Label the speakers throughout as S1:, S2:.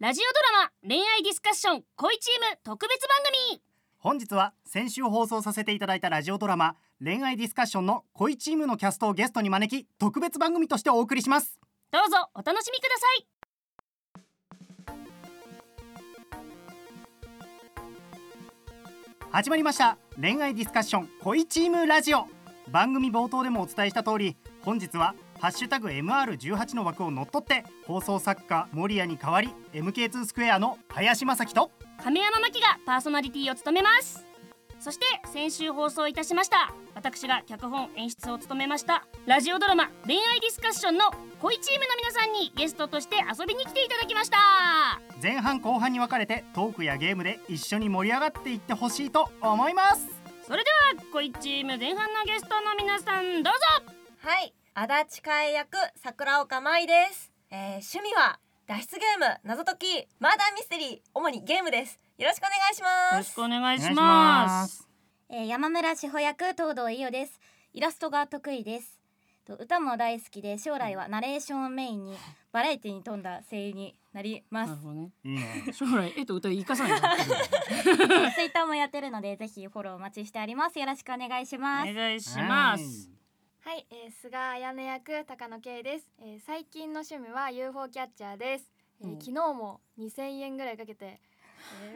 S1: ラジオドラマ恋愛ディスカッション恋チーム特別番組
S2: 本日は先週放送させていただいたラジオドラマ恋愛ディスカッションの恋チームのキャストをゲストに招き特別番組としてお送りします
S1: どうぞお楽しみください
S2: 始まりました恋愛ディスカッション恋チームラジオ番組冒頭でもお伝えした通り本日はハッシュタグ MR18 の枠を乗っ取って放送作家守谷に代わり MK2 スクエアの林正樹と
S1: 亀山真希がパーソナリティを務めますそして先週放送いたしました私が脚本演出を務めましたラジオドラマ恋愛ディスカッションの恋チームの皆さんにゲストとして遊びに来ていただきました
S2: 前半後半に分かれてトークやゲームで一緒に盛り上がっていってほしいと思います
S1: それでは恋チーム前半のゲストの皆さんどうぞ
S3: はい、足立会役桜岡舞です、えー、趣味は脱出ゲーム謎解きマーダーミステリー主にゲームですよろしくお願いし
S1: よ
S3: ま
S1: ろし
S3: す
S1: くお願いし
S2: お願いし
S1: ま
S2: ますす
S4: えー山村志保役東堂伊代ですイラストが得意ですと歌も大好きで将来はナレーションをメインにバラエティに富んだ声優になります
S1: ほどね
S2: いいね
S1: 将来絵と歌生かさないと
S4: ツイッターもやってるのでぜひフォローお待ちしておりますよろしくお願いしま
S1: お
S4: す
S1: 願いします、
S5: はい、えー、菅彩音役高野圭です、えー。最近の趣味は UFO キャッチャーです。え
S1: お
S5: ー、昨日も2000円ぐらいかけて、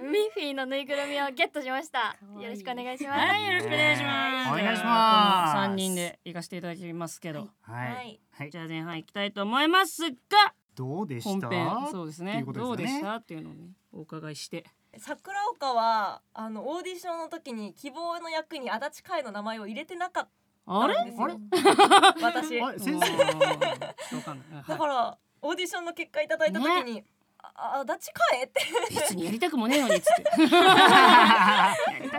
S5: えー、ミッフィーのぬいぐるみをゲットしました
S4: かわい。い
S5: よろしくお願いします。
S1: はい、よろ しくお願いします。
S2: お願いします
S1: 三人で行かせていただきますけど、
S2: はい、は
S3: はいい
S1: じゃあ前半行きたいと思いますが、
S2: どうでし
S1: 本
S2: た
S1: 編そうです
S2: って
S1: ね
S2: いうことです
S1: ど
S2: よ
S1: う
S2: ね
S1: でしたっていうのをね、お伺いして、
S3: 桜岡はあのオーディションの時に希望の役に足立会の名前を入れてなかっ
S1: あれ
S3: たんですよ
S2: あれ
S3: 私
S2: あれ先
S1: う
S2: 生
S1: ーんわかんない。
S3: だからオーディションの結果いただいた時に、あ足立会って
S1: はい別にやりたくもねえのにっつ って。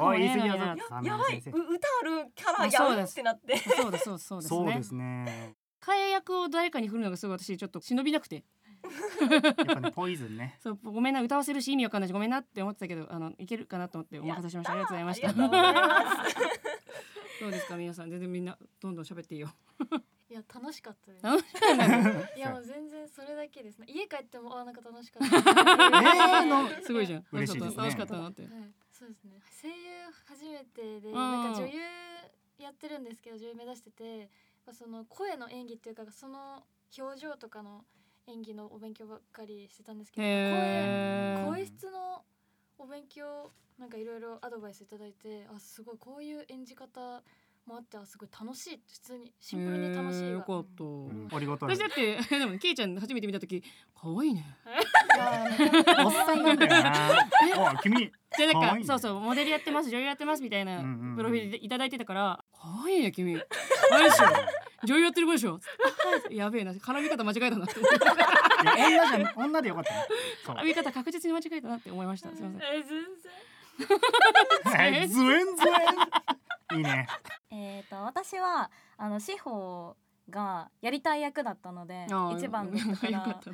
S2: おい言い過ぎだぞ
S1: やり
S3: ややばいう
S2: 先
S3: 歌あるキャラ
S1: あそう
S3: やん
S1: で
S3: っ
S1: す
S3: てなって
S1: そうだそうだそう
S2: 生
S1: です
S2: そう
S1: ね
S2: で。すね
S1: 替え役を誰かに振るのがすごい私ちょっと忍びなくて、
S2: やっぱねポイズン ね
S1: そうごめんな歌わせるし意味わかんないしごめんなって思ってたけどあのいけるかなと思ってお任せしましたありがとうございました。
S3: ありがとうございます
S1: どうですか皆さん全然みんなどんどん喋っていいよ。
S5: いや楽しかったで
S1: 楽し
S5: す。いやもう全然それだけですね。家帰ってもあなんか楽しかった。
S2: えーの
S1: すごいじゃん。
S2: 嬉しいですね
S1: 楽しかったなって。
S5: はい、そうですね声優初めてで、
S1: ん
S5: なんか女優やってるんですけど女優目指しててやっぱその声の演技っていうかその表情とかの演技のお勉強ばっかりしてたんですけど声
S1: へー
S5: 声質のお勉強なんかいろいろアドバイスいただいてあすごいこういう演じ方もあってあすごい楽しい普通にシンプルに楽し
S1: へー
S5: い
S1: よ
S5: わ
S1: かった。
S2: うんありがたい
S1: 私だって でもケイちゃん初めて見た時可愛いね。
S2: おっさんなんだよな おい君
S1: でなん
S2: 可
S1: か
S2: 愛いね
S1: そうそうモデルやってます女優やってますみたいな
S2: うんうんうん
S1: プロフィールでいただいてたから可愛いね君。あれでしょ女優やってる子でしょ。あはいやべえな絡み方間違えたなって思って。
S2: いや女じゃん女でよかったねそう
S1: 絡み方確実に間違えたなって思いました。すみません。
S5: え全然
S2: はいズエンズエンいい ね
S4: えっ、と私はあの志保がやりたい役だったので
S1: あー
S4: 一番だったか
S1: よ
S4: ら
S1: かった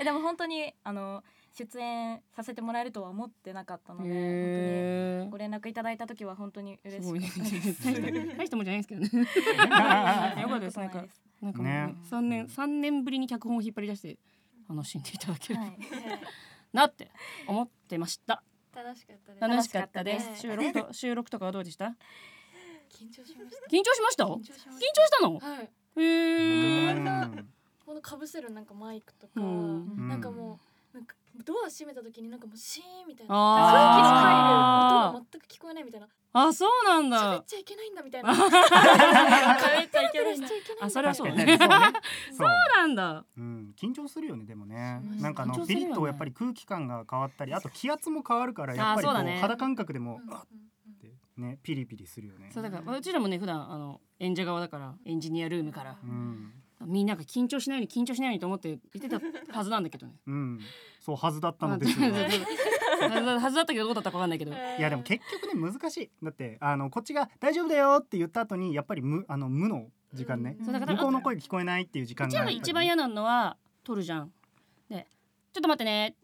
S4: えでも本当にあの出演させてもらえるとは思ってなかったので本
S1: へ
S4: 当に
S1: ー
S4: ご連絡いただいた時は本当に嬉
S1: す
S4: し
S1: ご
S4: く
S1: いね。大したもんじゃないんですけどね。 よかったですなんかなんかもうね
S2: ね
S1: 三年三年ぶりに脚本を引っ張り出して楽しんでいただける
S4: はい、
S1: なって思ってました。
S5: 楽しかったです
S1: 楽しかったで
S5: 楽
S1: す。
S5: しか
S1: 収録と収録とかはどうでした？
S5: 緊張しました
S1: 緊張しました？緊
S5: 緊
S1: 張
S5: 張しまし
S1: したの？
S5: たはい
S1: へえ。
S2: うん
S5: このかぶせるなんかマイクとか、
S1: うん
S5: なんかもうなんかドア閉めた時になんかもうシーンみたいな空気
S1: あ
S5: の入る音が全く聞こえないみたいな
S1: あ、そうなん
S5: 喋
S1: だ
S5: っ。ちゃいけないんだみたい な喋っちゃいけないんだ
S1: あそれはそうだね
S2: 確かにねそうね
S1: そうなんだ。
S2: そううん緊張するよねでもね
S5: します
S2: なんかあ
S1: 緊張
S2: の
S1: す
S2: ピ
S1: る
S2: リ
S1: よ
S2: ッ
S1: ね
S2: とやっぱり空気感が変わったりあと気圧も変わるからやっぱり
S1: あ
S2: こ
S1: ーそうだ
S2: う
S1: ね
S2: 肌感覚でも
S5: うん
S2: あってねピリピリするよね
S1: そうだからうちらもね普段あの演者側だからエンジニアルームから
S2: うん
S1: みんなが緊張しないように緊張しないようにと思って言ってたはずなんだけどね。
S2: うんそうはずだったの
S1: はず
S2: です よ
S1: はずだったけどどうだったかわかんないけど。
S2: いやでも結局ね難しいだってあのこっちが大丈夫だよって言った後にやっぱり無あの無の時間ね
S1: そうだから
S2: 向こうの声聞こえないっていう時間
S1: うちら
S2: が
S1: が一番嫌なのは撮るじゃんでちょっと待ってね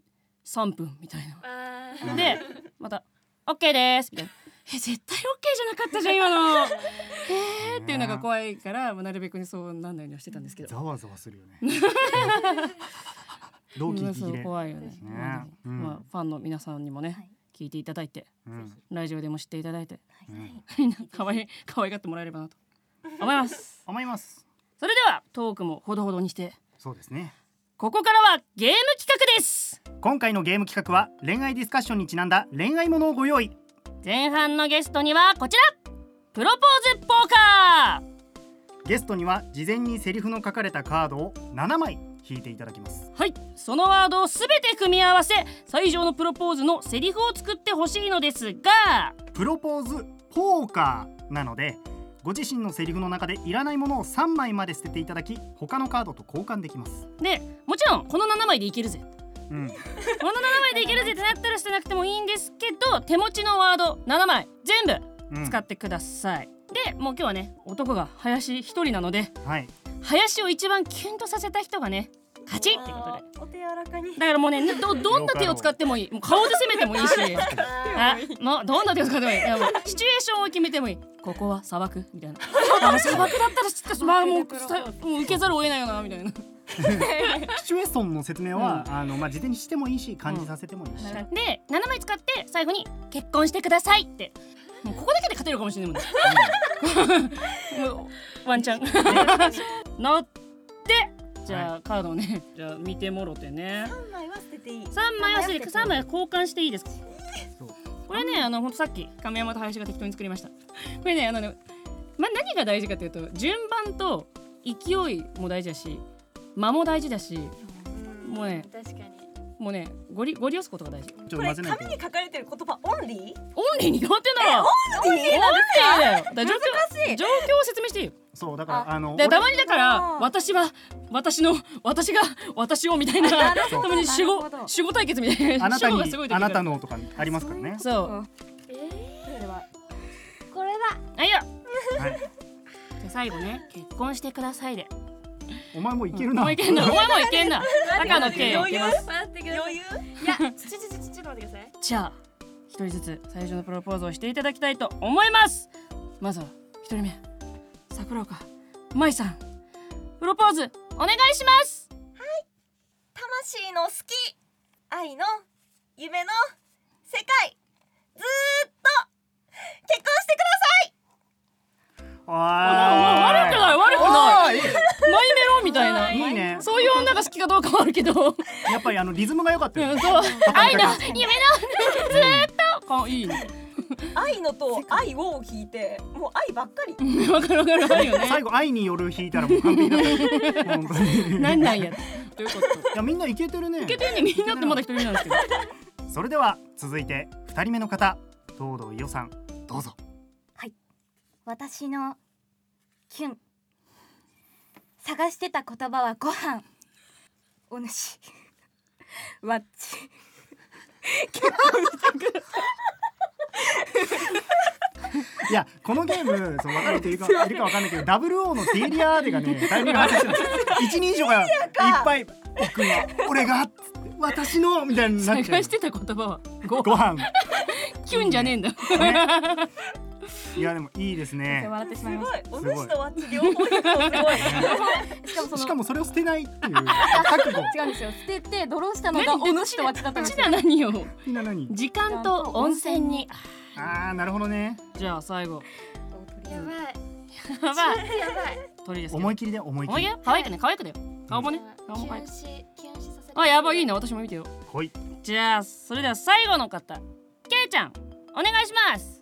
S1: 3分みたい
S5: あ
S1: なでまた「OK です」みたいな「え絶対 OK じゃなかったじゃん今 の」えーっていうのが怖い からもうなるべくねそうなんないようにはしてたんですけど
S2: ざわざわするよね同期
S6: うん
S2: 息
S6: そ
S2: 切
S6: う
S2: れ。
S6: 怖いよね。
S2: ね
S6: まあ
S2: うん
S6: まあファンの皆さんにもね、
S4: はい
S6: 聞いていただいて、
S2: うん
S6: ラジオでも知っていただいて、
S2: うん
S6: みんな 可愛い可愛がってもらえればなと思います。
S2: 思います。
S6: それではトークもほどほどにして、
S2: そうですね。
S6: ここからはゲーム企画です。
S2: 今回のゲーム企画は恋愛ディスカッションにちなんだ恋愛ものをご用意。
S1: 前半のゲストにはこちらプロポーズポーカ
S2: ゲストには事前にセリフの書かれたカードを7枚引いていただきます。
S1: ーはいそのワードをすべて組み合わせ最上のプロポーズのセリフを作ってほしいのですが
S2: プロポーズポーカーなので。ご自身のセリフの中でいらないものを3枚まで捨てていただき他のカードと交換でき ます、
S1: でもちろんこの7枚でいけるぜ
S2: うん、
S1: この7枚でいけるぜってなったら捨てなくてもいいんですけど手持ちのワード7枚全部
S2: うん
S1: 使ってください、でもう今日はね男が林一人なので
S2: はい
S1: 林を一番キュンとさせた人がね勝ちってことで
S3: でお手柔らかに
S1: だからもう ねどどんな手を使ってもいいもう顔で攻めてもいいしあもうどんな手を使ってもいいいやもうシチュエーションを決めてもいいここは砂漠みた いなあ砂漠だったら ちょっとまあもうさもう受けざるを得ないよなみたいな
S2: シチュエーションの説明は、あのまあ事前にしてもいいし感じさせてもいいし、
S1: で7枚使って最後に「結婚してください」ってもうここだけで勝てるかもしれないもんね もうワンチ ャンなってじゃあ、カードをねじゃあ見てもろてね
S3: 三枚は捨てていい
S1: 3枚はすで3枚は 交換していいですか
S2: そう
S1: これねあのほんとさっき亀山と林が適当に作りましたこれねあのね、まあ、何が大事かというと順番と勢いも大事だし間も大事だし
S3: うん
S1: もうね
S5: 確かに
S1: もうねごりご利用すことが大事
S2: ちょっ
S3: ことれ
S2: 混ぜない
S3: 紙
S2: と
S3: に書かれてる言葉オンリー
S1: オンリーに変わってんだろ
S3: オンリーなん
S1: い
S3: で
S1: やいやいやだから状況状況を説明していいよ
S2: そうだからあの
S1: でたまにだから
S3: あー
S1: 私は私の私が私をみたいなた
S2: ほど
S1: まに守護
S4: なるほど
S1: 守護対決みたい
S2: あ
S1: な
S2: なた
S1: 守護が
S2: に
S1: すごい時
S2: あ
S1: が
S2: なた
S1: る
S2: のとかありますからね。
S1: そう
S5: え
S4: では
S5: これだ
S1: あいや
S2: はい、
S1: じゃあ最後ね結婚してくださいで
S2: お前もいけるな。
S1: もういけん なお前もい けんな赤の
S3: 余
S1: 剣
S3: 裕
S1: いけます
S5: 待ってくださ
S3: 余
S5: い
S3: 裕
S5: いやちょちょちょちょちょっと待ってください
S1: じゃあ一人ずつ最初のプロポーズをしていただきたいと思いますまずは一人目桜岡舞さんプロポーズお願いします
S3: 魂の好き愛の夢の世界ずーっと結婚してください
S1: 悪くない
S2: あ
S1: 悪くない
S2: あいい
S1: マイメロみたいな。
S2: いいね
S1: そういう女が好きかどうかはあるけど。うん
S2: やっぱりあのリズムが良かった
S1: そ
S2: よ
S1: う
S2: ね。。
S1: 愛の夢のずーっと。あいいね。
S3: 愛のと愛をを聞いてもう愛ばっかり
S1: わかるわかるあるよね。
S2: 最後愛による弾いたらもう完璧だったよ。本当に。い
S1: なんなんや。ということ。
S2: やみんないけてるね。
S1: 受けてんねみんなってまだ一人目なんですけど。
S2: それでは続いて二人目の方、東堂伊代さんどうぞ。
S4: 私のキュン探してた言葉はご飯お主わっち
S2: いやこのゲームそう分かる人いるかいるかわかんないけど、ダブルオーのディリアーデがねだいぶ話してる。一人称がいっぱい僕は俺がっつって私のみたいになっ
S1: 探
S2: ちゃう
S1: し。てた言葉はご
S2: ご飯。
S1: キュンじゃねえんだ。
S2: ねいやでもいいですね。
S4: 笑ってし
S3: す
S4: まいまし
S3: ごいお
S2: すごい
S3: 主とわっち両方言うのすごい
S4: たしかもその
S2: しかもそれを捨てないっていう覚悟。
S4: 違うんですよ捨ててドローしたのがお主とわっちだったんで
S1: ち
S4: すよ
S1: な何よ。
S2: みんな何？
S1: 時間と温泉に。
S2: ああなるほどね。
S1: じゃあ最後。
S5: やばい
S1: まあ
S5: やばい
S1: 鳥ですけど。
S2: 思
S1: 思い
S2: い切りで思い
S1: 思
S2: 切
S1: い
S2: り。
S1: や可愛くね可愛くだよ。顔もね顔も可愛
S5: 禁
S1: い。
S5: 止禁止させて
S1: あやばいいいな私も見てよ。
S2: ほい。
S1: じゃあそれでは最後の方。けいちゃんお願いします。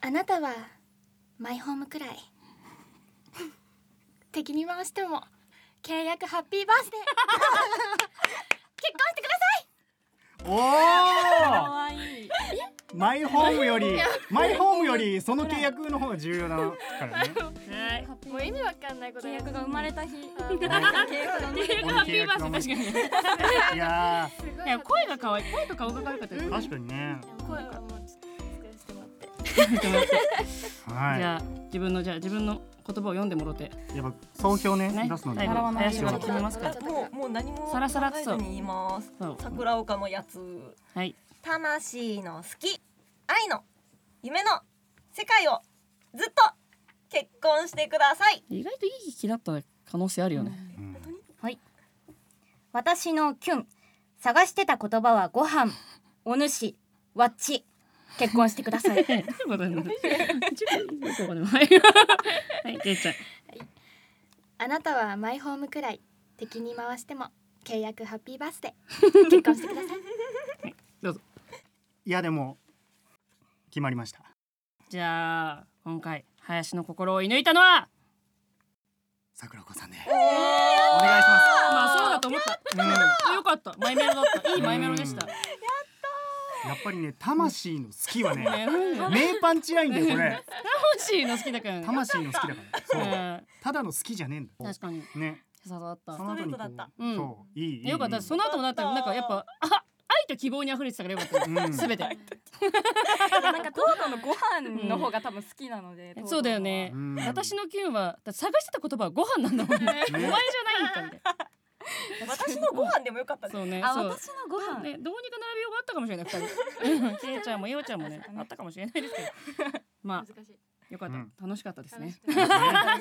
S5: あなたはマイホームくらい 敵に回しても契約ハッピーバースデー 結婚してくださ
S2: おお。マイホームよりマイホームよりその契約の方が重要だからね。
S1: はい。
S5: いもう意味わかんないこと
S4: 契約が生まれた日
S1: 手がハッピーバースデー確かに。
S2: いや
S5: すご
S1: いや声が可愛い。声と顔が可愛かったよ
S2: ー確かにね。
S5: 声はもうちょっと作らせてもらって
S2: はい。
S1: じ
S2: や
S1: ゃあ自分のじゃあ自分の言葉を読んでもろて。
S2: っぱ総評ね
S1: ね
S2: 出すのに
S1: 最後
S4: 笑わない
S1: 林
S4: よう
S1: が
S4: に
S1: 決めますから。
S3: もうもう何も
S1: さらさらっ
S3: 考
S1: と
S3: えずに言います
S1: そう
S3: 桜岡のやつ
S1: はい。
S3: 魂の好き愛の夢の世界をずっと結婚してください
S1: 意外といい気だった可能性あるよね。
S2: うん
S4: はい私のキュン探してた言葉はご飯お主わっち結婚してください
S1: ええどういうことなんだちょっとよくわかんないはい、けいちゃん。
S5: あなたはマイホームくらい敵に回しても契約ハッピーバースデー結婚してください
S1: どうぞ。
S2: いやでも決まりました
S1: じゃあ、今回、林の心を射抜いたのは、
S2: 桜子さんで、お願いします
S1: まあそうだと思った。
S2: うん
S1: よかった。マイメロだった。いいマイメロでした。
S2: やっぱりね魂の好きはね
S1: ねなんで
S2: 名パンチラインだよこれ
S1: 魂の好きだからね。
S2: 魂の好きだからそう
S1: ね
S2: ただの好きじゃねえんだ
S1: 確かに。
S2: ね
S1: 刺さっ
S2: そ
S1: た。
S2: の後にこ
S7: ストレートだっ
S2: う
S1: うん
S2: そういいいい
S1: よかった。その後もだったらなんかやっぱ、あ愛と希望に溢れてたからよかった。
S2: うん
S1: すべて。
S4: なんかトートのご飯の方が多分好きなので、
S1: うんそうだよね
S2: うん
S1: 私のキュンは、だって探してた言葉はご飯なんだもんね。お前じゃないんかみたい
S7: 私のご飯でもよかった
S1: な。
S7: ね
S1: そうね。
S4: あ
S1: そう。
S4: 私のご飯、
S1: ね、どうにか並びようがあったかもしれない二人。うんけいちゃんもようちゃんもね、あったかもしれないですけど。ま
S5: 難しい
S1: あ、よかっ
S2: うん
S1: た。楽しかったです
S5: 楽
S1: ね
S5: し。かった
S2: ね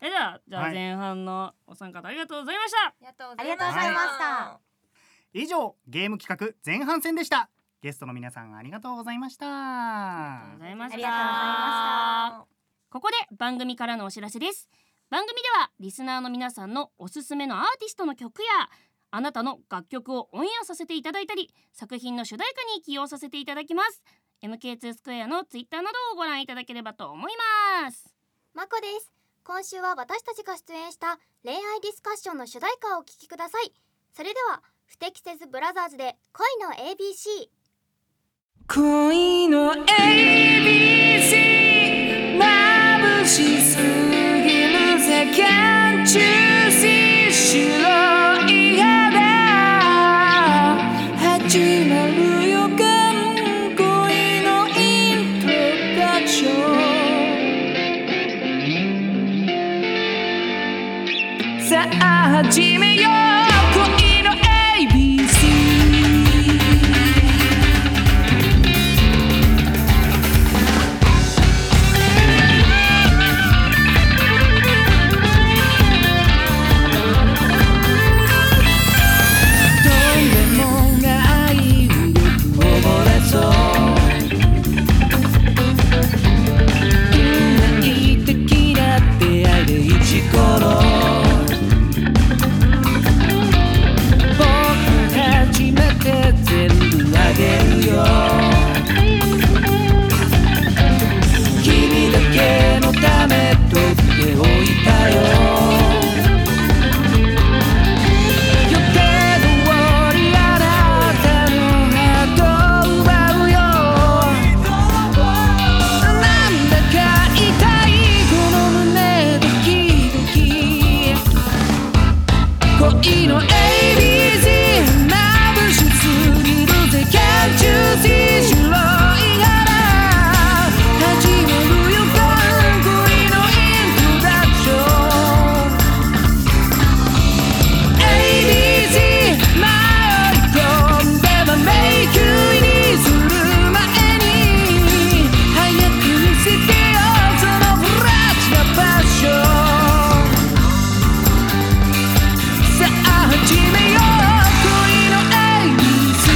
S1: え、じゃあ、じゃ
S2: は
S1: あ
S2: い
S1: 前半のお三方ありがとうございました。
S5: ありがとうご
S4: あ
S5: ざ
S4: り
S5: い
S4: がとうご
S5: ます
S4: ざいました
S2: 以上ゲーム企画前半戦でしたゲストの皆さんありがとうございました
S1: ありがとうございました。
S4: ありがとうございました
S8: ここで番組からのお知らせです番組ではリスナーの皆さんのおすすめのアーティストの曲やあなたの楽曲をオンエアさせていただいたり作品の主題歌に起用させていただきます MK2 スクエアのツイッターなどをご覧いただければと思います
S9: まこです今週は私たちが出演した恋愛ディスカッションの主題歌をお聴きくださいそれでは不適切ブラザーズで恋の ABC
S6: 恋の ABC 眩しすぎる世間中視白い肌始まる予感恋のイントロダクションさあ始めよう恋の ABC どんなもんが愛によく溺れそう運命的な出会いで一頃僕初めて全部あげるよ君だけのため取っておいたよ「予定通りあなたのハートを奪うよ」「なんだか痛いこの胸ドキドキ」「恋の ABC 眩しすぎるぜキャンチューシー白い花」「始める予感恋のイントロダクション」ABC 迷い込んでは迷宮入りする前に早く見せてよそのフラッシュなパッションさあ始めよう恋の ABC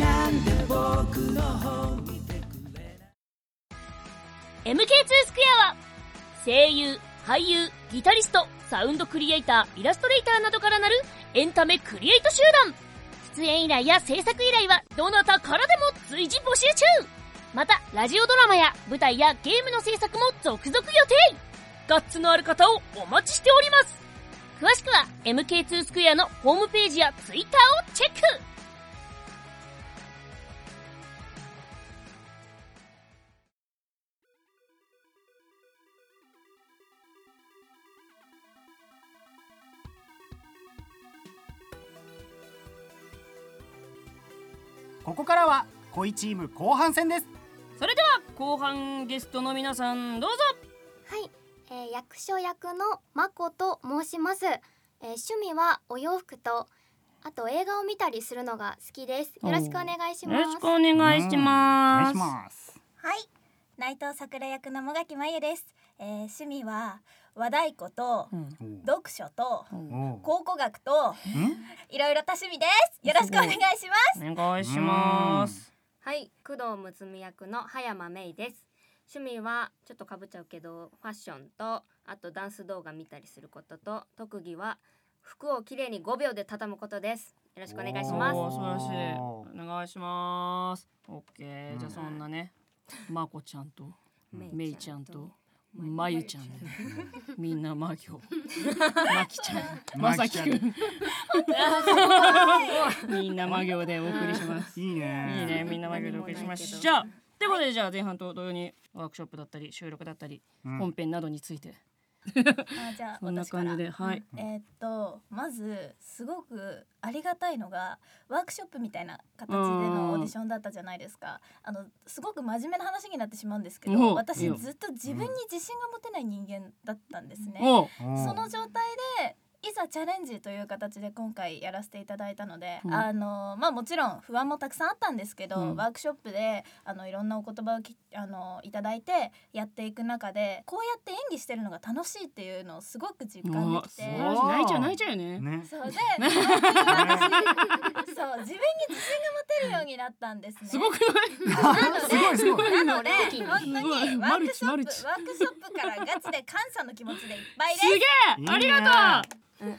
S6: なんで僕の方見てくれない
S8: MK2 スクエアは声優俳優ギタリストサウンドクリエイターイラストレーターなどからなるエンタメクリエイト集団出演依頼や制作依頼はどなたからでも随時募集中またラジオドラマや舞台やゲームの制作も続々予定ガッツのある方をお待ちしております詳しくは MK2 スクエアのホームページや Twitter をチェック
S2: ここからは恋チーム後半戦 です
S1: それでは後半ゲストの皆さんどうぞ
S9: はい、えー役所役のまこと申します、えー趣味はお洋服とあと映画を見たりするのが好きですよろしくお願いし
S1: よ
S9: ます
S1: ろしくお願いします
S2: うんお願いします
S7: はい、内藤桜役のもがきまゆです、えー、趣味は和太鼓と
S1: うん
S2: おう
S7: 読書と
S2: おう
S7: 考古学と
S2: ん
S7: いろいろ多趣味ですよろしくお願いします
S1: お願いします
S10: はい、工藤むつみ役の葉山芽衣です。趣味はちょっとかぶっちゃうけど、ファッションとあとダンス動画見たりすることと、特技は服をきれいに5秒で畳むことです。よろしくお願いします。
S1: おー素晴らし
S2: お
S1: いお願いしますオッケ
S2: う
S1: ー
S2: ん
S1: じゃあそんなねまこちゃんと
S2: うん
S1: めいちゃんとまゆちゃんで みんなまきょまきちゃんまさきくんみんなま行でお送りします
S2: いいね
S1: いいねみんなま行でお送りしましょうということでじゃあ前半と同様にワークショップだったり収録だったり
S2: うん
S1: 本編などについて
S7: あ じゃあ
S1: こんな
S7: 私から
S1: 感じではい
S7: えーっとまずすごくありがたいのがワークショップみたいな形で
S1: うん
S7: のオーディションだったじゃないですかあのすごく真面目な話になってしまうんですけ
S1: おう
S7: ど私
S1: いいよ
S7: ずっと自分に自信が持てない人間だったんですね。
S1: おう
S2: おう
S7: その状態でいざチャレンジという形で今回やらせていただいたので、
S1: うん
S7: あのまあもちろん不安もたくさんあったんですけど、
S1: うん
S7: ワークショップであのいろんなお言葉をきあのいただいてやっていく中でこうやって演技してるのが楽しいっていうのをすごく実感でき
S1: 素
S7: て
S1: 晴らしい泣いちゃう泣いちゃうよね
S2: ね
S7: そうでそう自分に自信が持てるようになったんです ね。
S1: すごく
S2: すごいすごい
S7: なので本当にワ
S1: うんマ
S7: ー
S1: ル
S7: クシ
S1: チ
S7: ョ
S1: マ
S7: ッ
S1: ル
S7: プ
S1: チ
S7: ワークショップからガチで感謝の気持ちでいっぱいです
S1: す。げえありがとう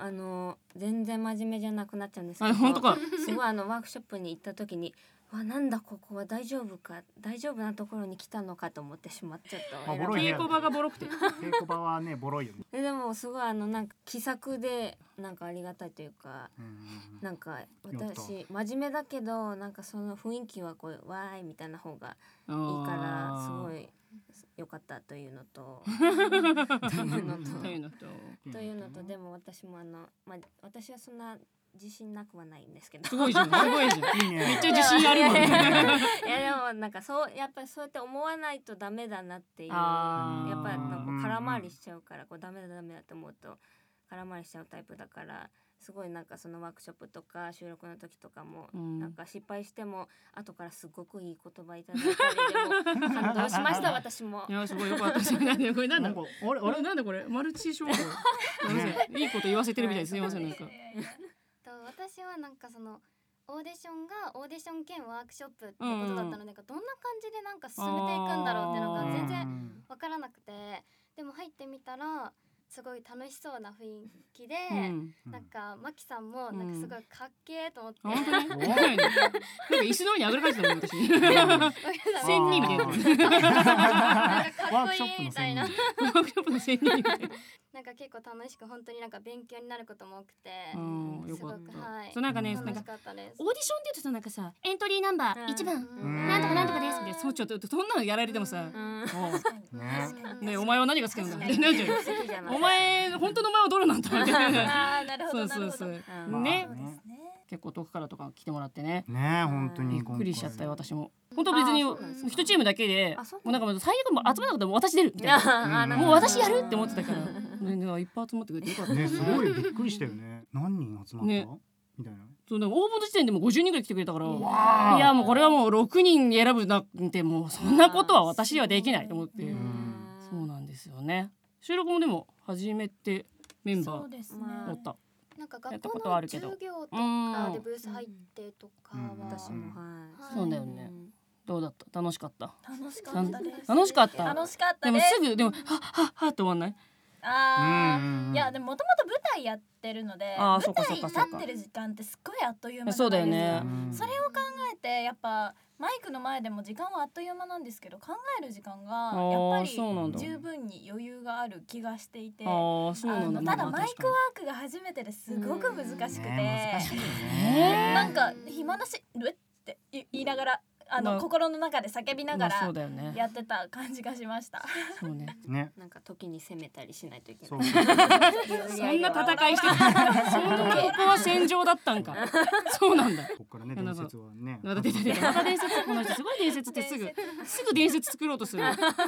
S10: あの全然真面目じゃなくなっちゃうんですけ
S1: あ
S10: ど
S1: 本当か
S10: すごいあのワークショップに行った時に「わなんだここは大丈夫か大丈夫なところに来たのか」と思ってしまっちゃった
S2: あボロいね
S1: 稽古場がボロくて
S2: 稽古場はねボロいよね
S10: えでもすごいあのなんか気さくでなんかありがたいというか
S2: うん
S10: なんか
S2: やっ
S10: 私真面目だけどなんかその雰囲気はこう「わーい」みたいな方が
S1: いい
S10: いいからすごい良かったというのとというのと
S1: というのと
S10: というのとでも私もあの、まあ、私はそんな自信なくはないんですけど
S1: すごいじゃんすごいじゃんめ
S2: いいね
S1: っちゃ自信あるわ
S10: いやでもなんかそうやっぱりそうやって思わないとダメだなっていうやっ
S1: あ
S10: ぱ
S1: ー
S10: なん
S2: うん
S10: か空回りしちゃうからこうダメだダメだと思うと空回りしちゃうタイプだからすごいなんかそのワークショップとか収録の時とかも、
S1: うん
S10: なんか失敗しても後からすごくいい言葉いただいたりでも感動し ました私も
S1: い。やすごいよかったです なんでこれなん
S2: な
S1: だ
S2: んか
S1: こ
S2: あれあれ
S1: れなんだこれマルチ商法すいませんいいこと言わせてるみたいですいませんなんか
S11: と私はなんかそのオーディションがオーディション兼ワークショップってことだったので、なんかどんな感じでなんか進めていくんだろうっていうのが全
S2: う
S11: 然
S2: ん
S11: わからなくてでも入ってみたらすごい楽しそうな雰囲気で、
S1: うん
S11: なんかマキさんもなんかすごいかっけえと思って、
S1: あ本当にわかんないねなん か椅子の上に上がる感じだもん私 仙人みたいな
S2: あ
S1: ワ
S2: ー
S11: なんかか
S2: ワ
S11: っ
S2: ー
S11: こ
S2: クショッ
S11: い
S2: プ
S11: い
S2: の
S11: み
S2: 専
S11: たいな
S2: 門
S1: ークショップの仙人みたいな
S11: なんか結構楽しく本当になんか勉強になることも多くて、
S1: うんよ
S11: すご
S1: かっ
S11: くはい
S1: たそうなんかねなん
S11: 楽
S1: か
S11: しかったです
S8: オ。ーディションって言うとさなんかさエントリーナンバー一番、
S2: うん
S8: なんとかなんとかです
S1: いやそうちょっとそんなのやられてもさ
S10: う
S1: お
S10: ん
S1: う
S2: ね
S1: ねお前は何が好きなんだ
S10: 好
S1: ってなるじゃん
S10: きじゃない
S1: お前本当のお前はどれなんだみたいな
S7: あーなるほ
S1: そ
S7: ど
S1: う
S7: な
S1: そ
S7: る
S1: う
S7: ほ
S1: そ
S7: ど。
S1: う
S10: うん
S1: ね
S2: ね
S1: 結構遠くからとか来てもらってね
S2: ね本当に
S1: びっくりしちゃったよ私も本当
S10: あ
S1: 別に
S10: そうなんですか
S1: 一チームだけで
S10: あそう
S1: もうなんかもう最悪もう集まらなくても私出る みたいな
S10: あなんか
S1: もう私やるって思ってた からねねいっぱい集まってくれてよかった
S2: ねすごいびっくりしたよね何人集まった
S1: ね
S2: みたいな
S1: そうなんか応募の時点でもう50人ぐらい来てくれたから
S2: わ
S1: いやもうこれはもう6人選ぶなんてもうそんなことは私にはできないと思って
S2: うん
S1: そうなんですよね収録もでも初めてメンバ
S7: そうですね。
S1: ーおった
S11: なんか
S1: やった
S11: 学
S1: こ
S11: 校
S1: とはあ
S11: の
S1: るけど
S11: 授業と
S1: う
S11: か
S1: ん
S11: でブース入ってとかは、
S2: うん
S10: 私もはい
S11: はい
S1: そうだよねどうだった楽しかった
S7: 楽しかったで
S1: 楽しかった
S7: す。楽しかっ
S1: で
S7: た
S1: も
S7: です
S1: す。ぐでもはっはっはって終わんない
S7: あ
S2: うんうんう
S7: あ
S2: ん
S7: いやでももともと舞台やってるので
S1: あー
S7: 舞
S1: そっかそ
S7: 台
S1: っ
S7: に
S1: かそっ
S7: 立
S1: か
S7: ってる時間ってすっごいあっという間じゃないですか
S1: そうだよね
S7: それを考えてやっぱマイクの前でも時間はあっという間なんですけど考える時間
S1: あ
S7: がや
S1: あ
S7: っ
S1: ーそう
S7: ぱ
S1: なん
S7: り
S1: だ
S7: 十分に余裕がある気がしていて
S1: あ
S7: あ
S1: ーそうなんだ
S7: のただ
S1: まあ
S7: マイクワ
S1: 確
S7: ークが初めてですごく難しくて、
S2: ね難しいよね
S7: なんか暇なしうえって言いながらあの、
S1: まあ
S7: 心の中で叫び
S1: か
S7: な
S1: にま
S7: が
S1: あそう
S7: ら
S1: だよね
S7: やってた感じがし ました。
S1: そうね
S2: ね
S10: なんか時に攻めたりしないといけ
S2: そ
S10: な
S2: う
S10: い。
S1: そんな戦いしてたそんなここは戦 場だったんかそうなんだ
S2: こっからね伝説はね
S1: また出て出てまた伝説この人すごい伝説ってすぐすぐ伝説作ろうと する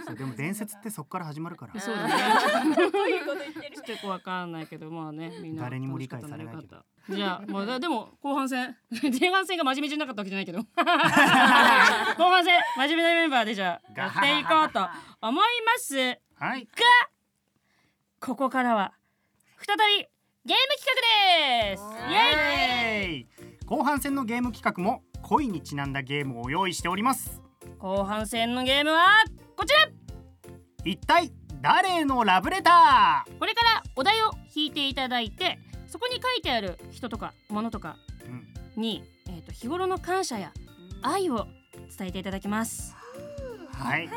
S2: そうでも伝説ってそこから始まるから
S1: そうだね
S7: どういうこと言ってる
S1: ちょっとよくわかんないけどまあねみんな
S2: 誰にも理解されないけど
S1: 楽しかっじゃあまあだでも後半戦 前半戦が真面目じゃなかったわけじ ゃないけど後半戦真面目なメンバーでじゃあやっていこうと思いますが
S2: はい
S1: ここからは再びゲーム企画ですイ
S2: イ
S1: エイ
S2: エーイ後半戦のゲーム企画も恋にちなんだゲームを用意しております
S1: 後半戦のゲームはこちら
S2: 一体誰へのラブレタ
S1: これからお題を引いていただいてそこに書いてある人とか物とかに、えー、と日頃の感謝や愛を伝えていただきます
S2: ーはい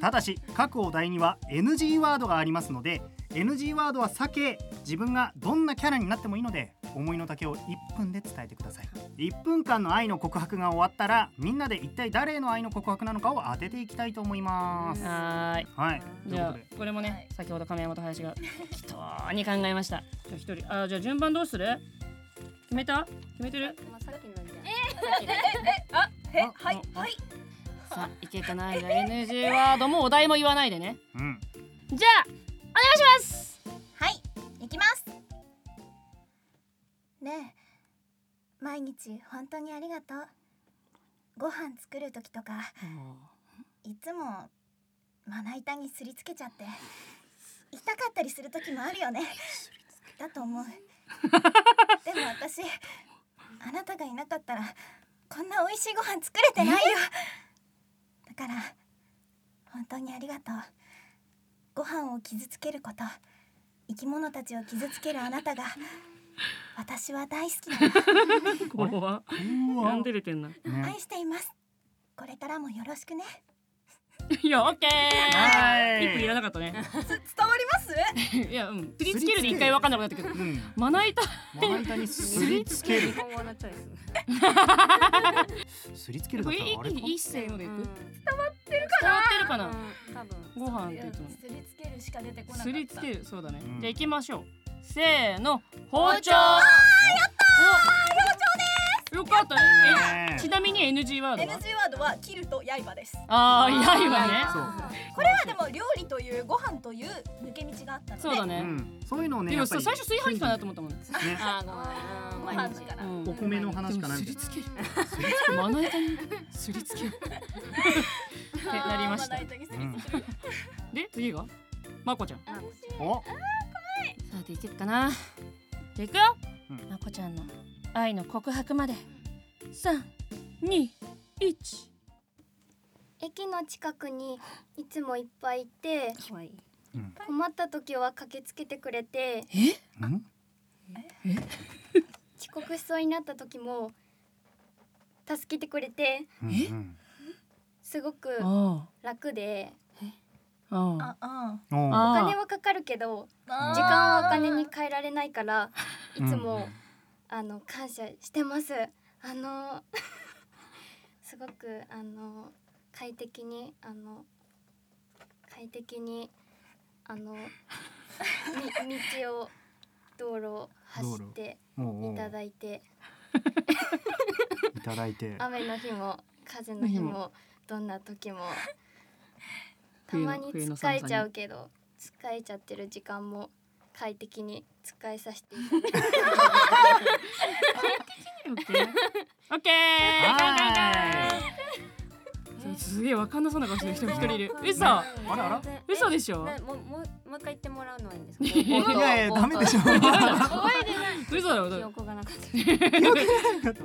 S2: ただし各お題には NG ワードがありますので NG ワードは避け自分がどんなキャラになってもいいので思いの丈を1分で伝えてください1分間の愛の告白が終わったらみんなで一体誰への愛の告白なのかを当てていきたいと思います
S1: はーい
S2: はい
S1: じゃあこれもね、先ほど亀山と林が適当に考えましたじゃあ一人あーじゃあ順番どうする決めた決めてる
S10: まあ、さっきのじゃん
S7: ええあえはい はい
S1: さあいけっかなじゃあ NG ワードもお題も言わないでね
S2: うん
S1: じゃあお願いします
S7: はい行きますねえ毎日本当にありがとうご飯作る時とかいつもまな板にすりつけちゃって痛かったりする時もあるよねだと思うでも私あなたがいなかったらこんな美味しいご飯作れてないよだから本当にありがとうご飯を傷つけること生き物たちを傷つけるあなたが私は大好き な
S1: ここはなんで出てんな
S7: の
S2: ね
S7: 愛していますこれからもよろしくね
S1: いやオッケ
S2: は
S1: ー
S2: い
S1: 一分いらなかったね
S7: 伝わります
S1: いやうん振り付けるで一回わかんなくなったけど
S2: うん
S1: まな板
S2: まな板にすりつける
S10: 日本語のチョイス
S2: すりつけるだ
S1: こ
S2: ったらあ
S1: れ
S2: れか
S1: 一せーのでいく
S10: うん
S1: 伝わってるかな
S10: うん多分
S1: ご飯って言っても
S11: すりつけるしか出てこなかった
S1: すりつけるそうだね、
S2: うん
S1: じゃあ行きましょうせーの包丁およかったね
S2: ね
S1: えちなみに NG ワードは
S7: NG ワードは切ると刃です
S1: ああいないわね
S7: これはでも料理というご飯という抜け道があったので
S1: そうだ
S2: う
S1: ね、
S2: んそういうのをね
S1: で
S2: や
S1: も
S2: っぱ
S1: さ
S2: り
S1: 最初炊飯器かなと思ったもん、ね
S2: ね
S10: あのうん
S7: ご
S10: 毎
S7: 飯
S10: 日
S7: だから
S1: うん
S2: お米の話かなみ
S1: す
S2: たい
S1: り
S2: な
S1: つけるまな板にすりつけるってなりました
S7: あーまな板にすり
S2: うん
S1: で次がまこちゃんさ
S2: お
S1: あでいけっかなじゃあいくよ、
S2: うん
S1: まこちゃんの愛の告白まで三二一
S11: 駅の近くにいつもいっぱいいて
S10: 可愛い
S11: 困った時は駆けつけてくれて
S1: え
S2: うん
S11: 遅刻しそうになった時も助けてくれて
S2: えうん
S11: すごく
S1: あ
S11: 楽で
S1: あああ
S7: ああ
S2: おう
S11: お
S1: あ
S11: 金はかかるけど
S7: あー
S11: 時間はお金に換えられないからい
S2: うん
S11: つもあの感謝してますあの すごくあの快適にあの快適にあのみ道を道路を走って
S2: おうおう
S11: いただいて
S2: いただいて
S11: 雨の日も風の日もどんな時もた
S1: 冬の
S11: まに
S1: 冬の
S11: 疲
S1: 寒
S11: れ
S1: さに
S11: ちゃうけど疲れちゃってる時間も快適に使いさせていただいて
S1: オッケー。オッケー。カンカンカ
S2: は
S1: ンすげえわかんなそうな顔してる人一人いる。嘘。
S10: あ
S2: らあら
S1: 嘘でしょ
S10: ねもうもうもう一回言ってもらうのはいいんですか
S2: ーいいやいやダメで しょ
S1: 嘘だろ。
S10: 記
S1: だ
S10: 憶がなかっ た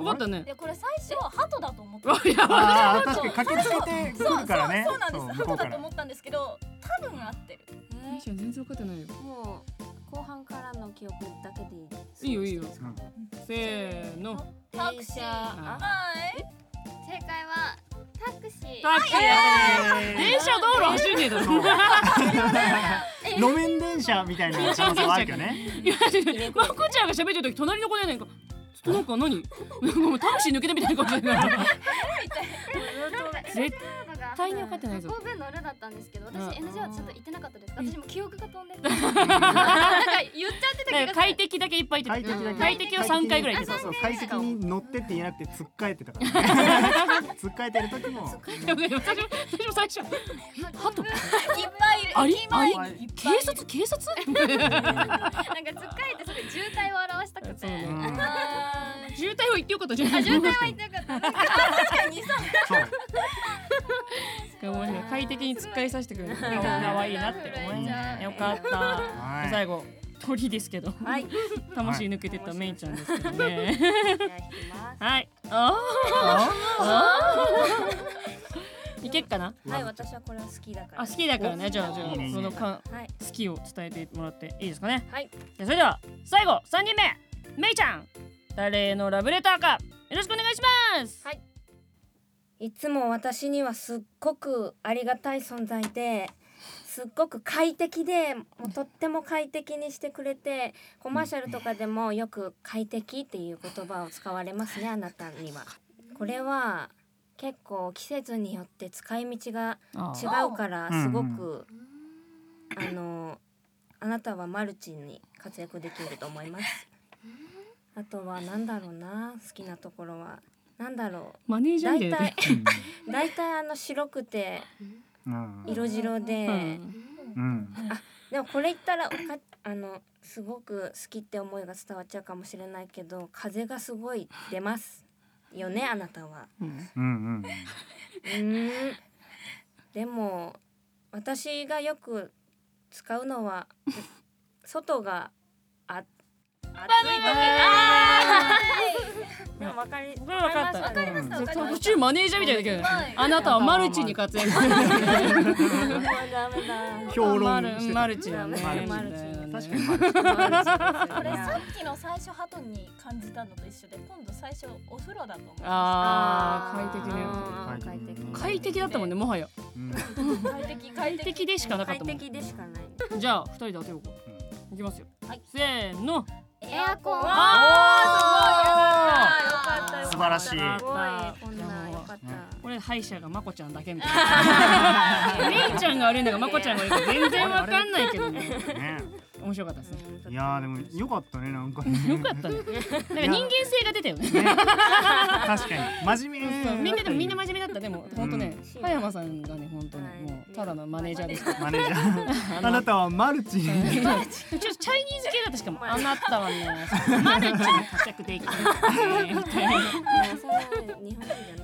S1: 怒ったね
S7: い。やこれ最初は鳩だと思って
S1: わ やばい。
S2: ああ確かに駆けつけてくるからね
S7: そうそうそうなんです
S2: 向こうか
S7: 鳩だと
S2: ら
S7: 思ったんですけど多分合ってる
S1: ミーちゃん全然分かってないよ。
S10: もう後半からの記憶だけでいいです
S1: いいよいいよ
S10: そうですか
S1: せーの。
S7: タ
S10: 電
S7: クシー
S10: 車あ
S7: はい
S11: 正解はタクシー
S1: タクシーやったね。電車道路走んねえだ ろ。
S2: 路面電車みたいな可能性はあるよね
S1: いやいやまこちゃんが喋ってる時隣の子でなんか。ちょっとなんか何なんかもうタクシー抜けたみたいな顔してるから
S11: なんか
S1: 絶
S11: カードが
S1: 対に分かってないぞ
S11: 運ぶ乗るだったんですけど、私
S1: うん
S11: NG はちょっと行ってなかったです。
S1: ん
S11: 私も記憶が 飛んでて。なんか言っちゃってた
S1: な
S11: 気
S1: んか
S11: が
S1: 快適だけいっぱい言っ
S2: 快
S1: てた
S2: 適だけ
S1: 快適を3回ぐらい言って
S2: そう
S1: た
S2: そう快適に乗ってって言えなくてつっかえてた からねつっかえてる時も
S1: 私も私も最初ハト
S11: いっぱいいる。
S1: ありあり
S2: いっ
S1: 警察警察
S11: なんかつっかえてすごい渋滞を表したくて。
S1: そうね
S2: うん
S11: あー
S1: 渋滞は言ってよかったじゃん
S11: あ渋滞は行ってなかった。
S2: そう
S1: 面白い快適に突っかえさせてくれる
S2: ん
S1: 可愛いなって思いましたよかった
S2: はい
S1: 最後鳥ですけど
S10: はい。じ
S1: 魂抜けてったメイちゃんですけどね
S10: ゃあ引きます。
S1: はいあーあーいけっかな
S10: はい、私はこれは好きだから。
S1: あ好きだからねじゃあじゃ
S2: いいねいい
S1: あ
S2: ね
S1: そのか
S10: はい。
S1: 好きを伝えてもらっていいですかね
S10: はい
S1: じゃあそれでは最後三人目メイちゃん誰のラブレターかよろしくお願いします
S10: いつも私にはすっごくありがたい存在ですっごく快適でもうとっても快適にしてくれてコマーシャルとかでもよく「快適」っていう言葉を使われますねあなたには。これは結構季節によって使い道が
S1: あ
S10: 違うからすごくあのあなたはマルチに活躍できると思います。あとはなんだろうな好きなところはなんだろ
S1: マネー
S10: う
S1: ジャー
S10: 大
S1: みたいだよね
S10: 体大体あの白くて
S2: うん
S10: 色白で、
S1: うん
S2: うん
S10: でもこれ言ったらわかあのすごく好きって思いが伝わっちゃうかもしれないけど風がすごい出ますよねあなたは。
S1: うん
S2: うん
S10: うーんでも私がよく使うのは外があ暑い時でも分かり
S1: これ分かった
S10: わかります
S2: うん
S10: わかりま
S1: 途
S10: した
S1: 中マネージャーみたいだけどあなたはマルチに活 躍
S10: もうダメだ
S2: 評論
S1: マ
S2: して
S1: ル
S2: た
S1: マルチだね
S2: マルチ
S1: マルチだね
S2: 確かにマルチ
S7: これさっきの最初ハトに感じたのと一緒で今度最初お風呂だと思う
S1: あー快適だよね
S10: あー快適
S1: 快適だったもんねもはや
S2: うん
S7: 快適快
S1: 快適でしかなかっ
S10: 快
S1: たもん
S10: 適でしかない
S1: じゃあ二人で当てようかいきますよせーの
S9: エアコン
S1: あ
S2: 素晴らしい
S10: すごいこんなよかっ
S1: ーこれ歯医者がまこちゃんだけみたい なめいちゃんが悪いんだからまこちゃんが悪いから全然わかんないけどね
S2: ね
S1: 面白かったですね
S10: た
S2: いやーでも良かったねなんか
S1: よ
S2: 良
S1: かったねなんか人間性が出たよね
S2: 確かに真面目
S1: みんなでもみんな真面目だったでも本当ね
S10: うん
S1: 葉山さんがね本当に
S10: はい
S1: もうただのマネージャーでした
S2: マネージャーあなたはマルチに
S1: ちょっとチャイニーズ系だったしかもあなたはねマルチに活躍できる みたいな
S10: もうそれは日本人じ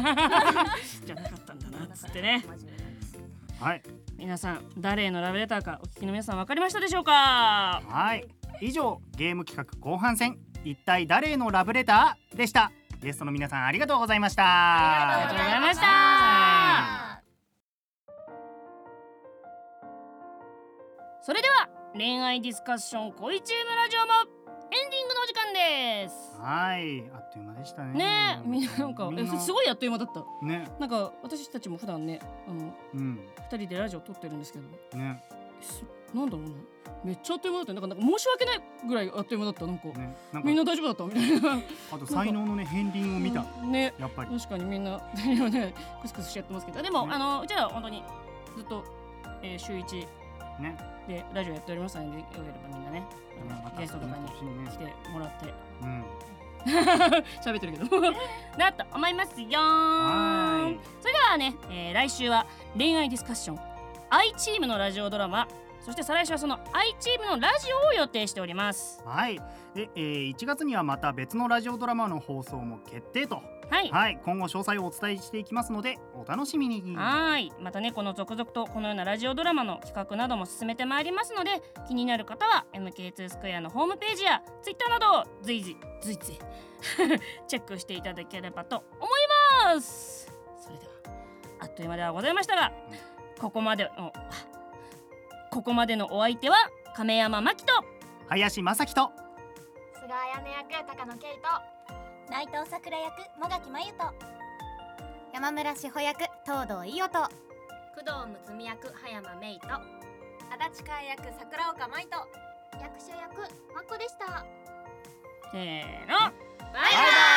S10: ゃなかったんだ
S1: じゃなかったんだ なっつってね
S10: 真面目なんです
S2: はい
S1: 皆さん誰のラブレターかお聞きの皆さん分かりましたでしょうか
S2: はい以上ゲーム企画後半戦一体誰へのラブレターでしたゲストの皆さんありがとうございました
S1: ありがとうございましたそれでは恋愛ディスカッション恋チームラジオもエンディングのお時間です
S2: はいあっという間でしたね
S1: ねえみんななんか
S2: み
S1: え すごいあっという間だった
S2: ね
S1: なんか私たちも普段ねあの
S2: うん
S1: 二人でラジオ撮ってるんですけど
S2: ね
S1: すなんだろうねめっちゃあっという間だったよなんかなんか申し訳ないぐらいあっという間だったなんか、
S2: ねなんか
S1: みんな大丈夫だったみたいな
S2: あと才能のね片鱗を見た
S1: ね
S2: やっぱり
S1: 確かにみんな ねクスクスしちゃってますけどでも、
S2: ね
S1: あのうちらは本当にずっと、えー、週一
S2: ね
S1: でラジオやっておりますのでよければみんなねあの
S2: また
S1: ゲストとかに
S2: 楽しみね
S1: 来てもらって
S2: うん
S1: 喋ってるけど なと思いますよー
S2: はーい
S1: それではね、えー来週は恋愛ディスカッション I チームのラジオドラマそして再来週はその I チームのラジオを予定しております
S2: はいで、えー、1月にはまた別のラジオドラマの放送も決定と
S1: はい
S2: はい今後詳細をお伝えしていきますのでお楽しみに
S1: はーいまたねこの続々とこのようなラジオドラマの企画なども進めてまいりますので気になる方は MK2 スクエアのホームページや Twitter などを随時随時 チェックしていただければと思いますそれではあっという間ではございましたがここまでのあここまでのお相手は亀山真希と
S2: 林正樹と
S9: 菅彩音役高野圭と
S12: 内藤さくら役もがきまゆと
S9: 山村志保役東堂伊代と
S6: 工藤睦美役葉山芽衣と
S9: 足立海役桜岡舞と役所役まっこでした
S1: せーの
S6: バイバイ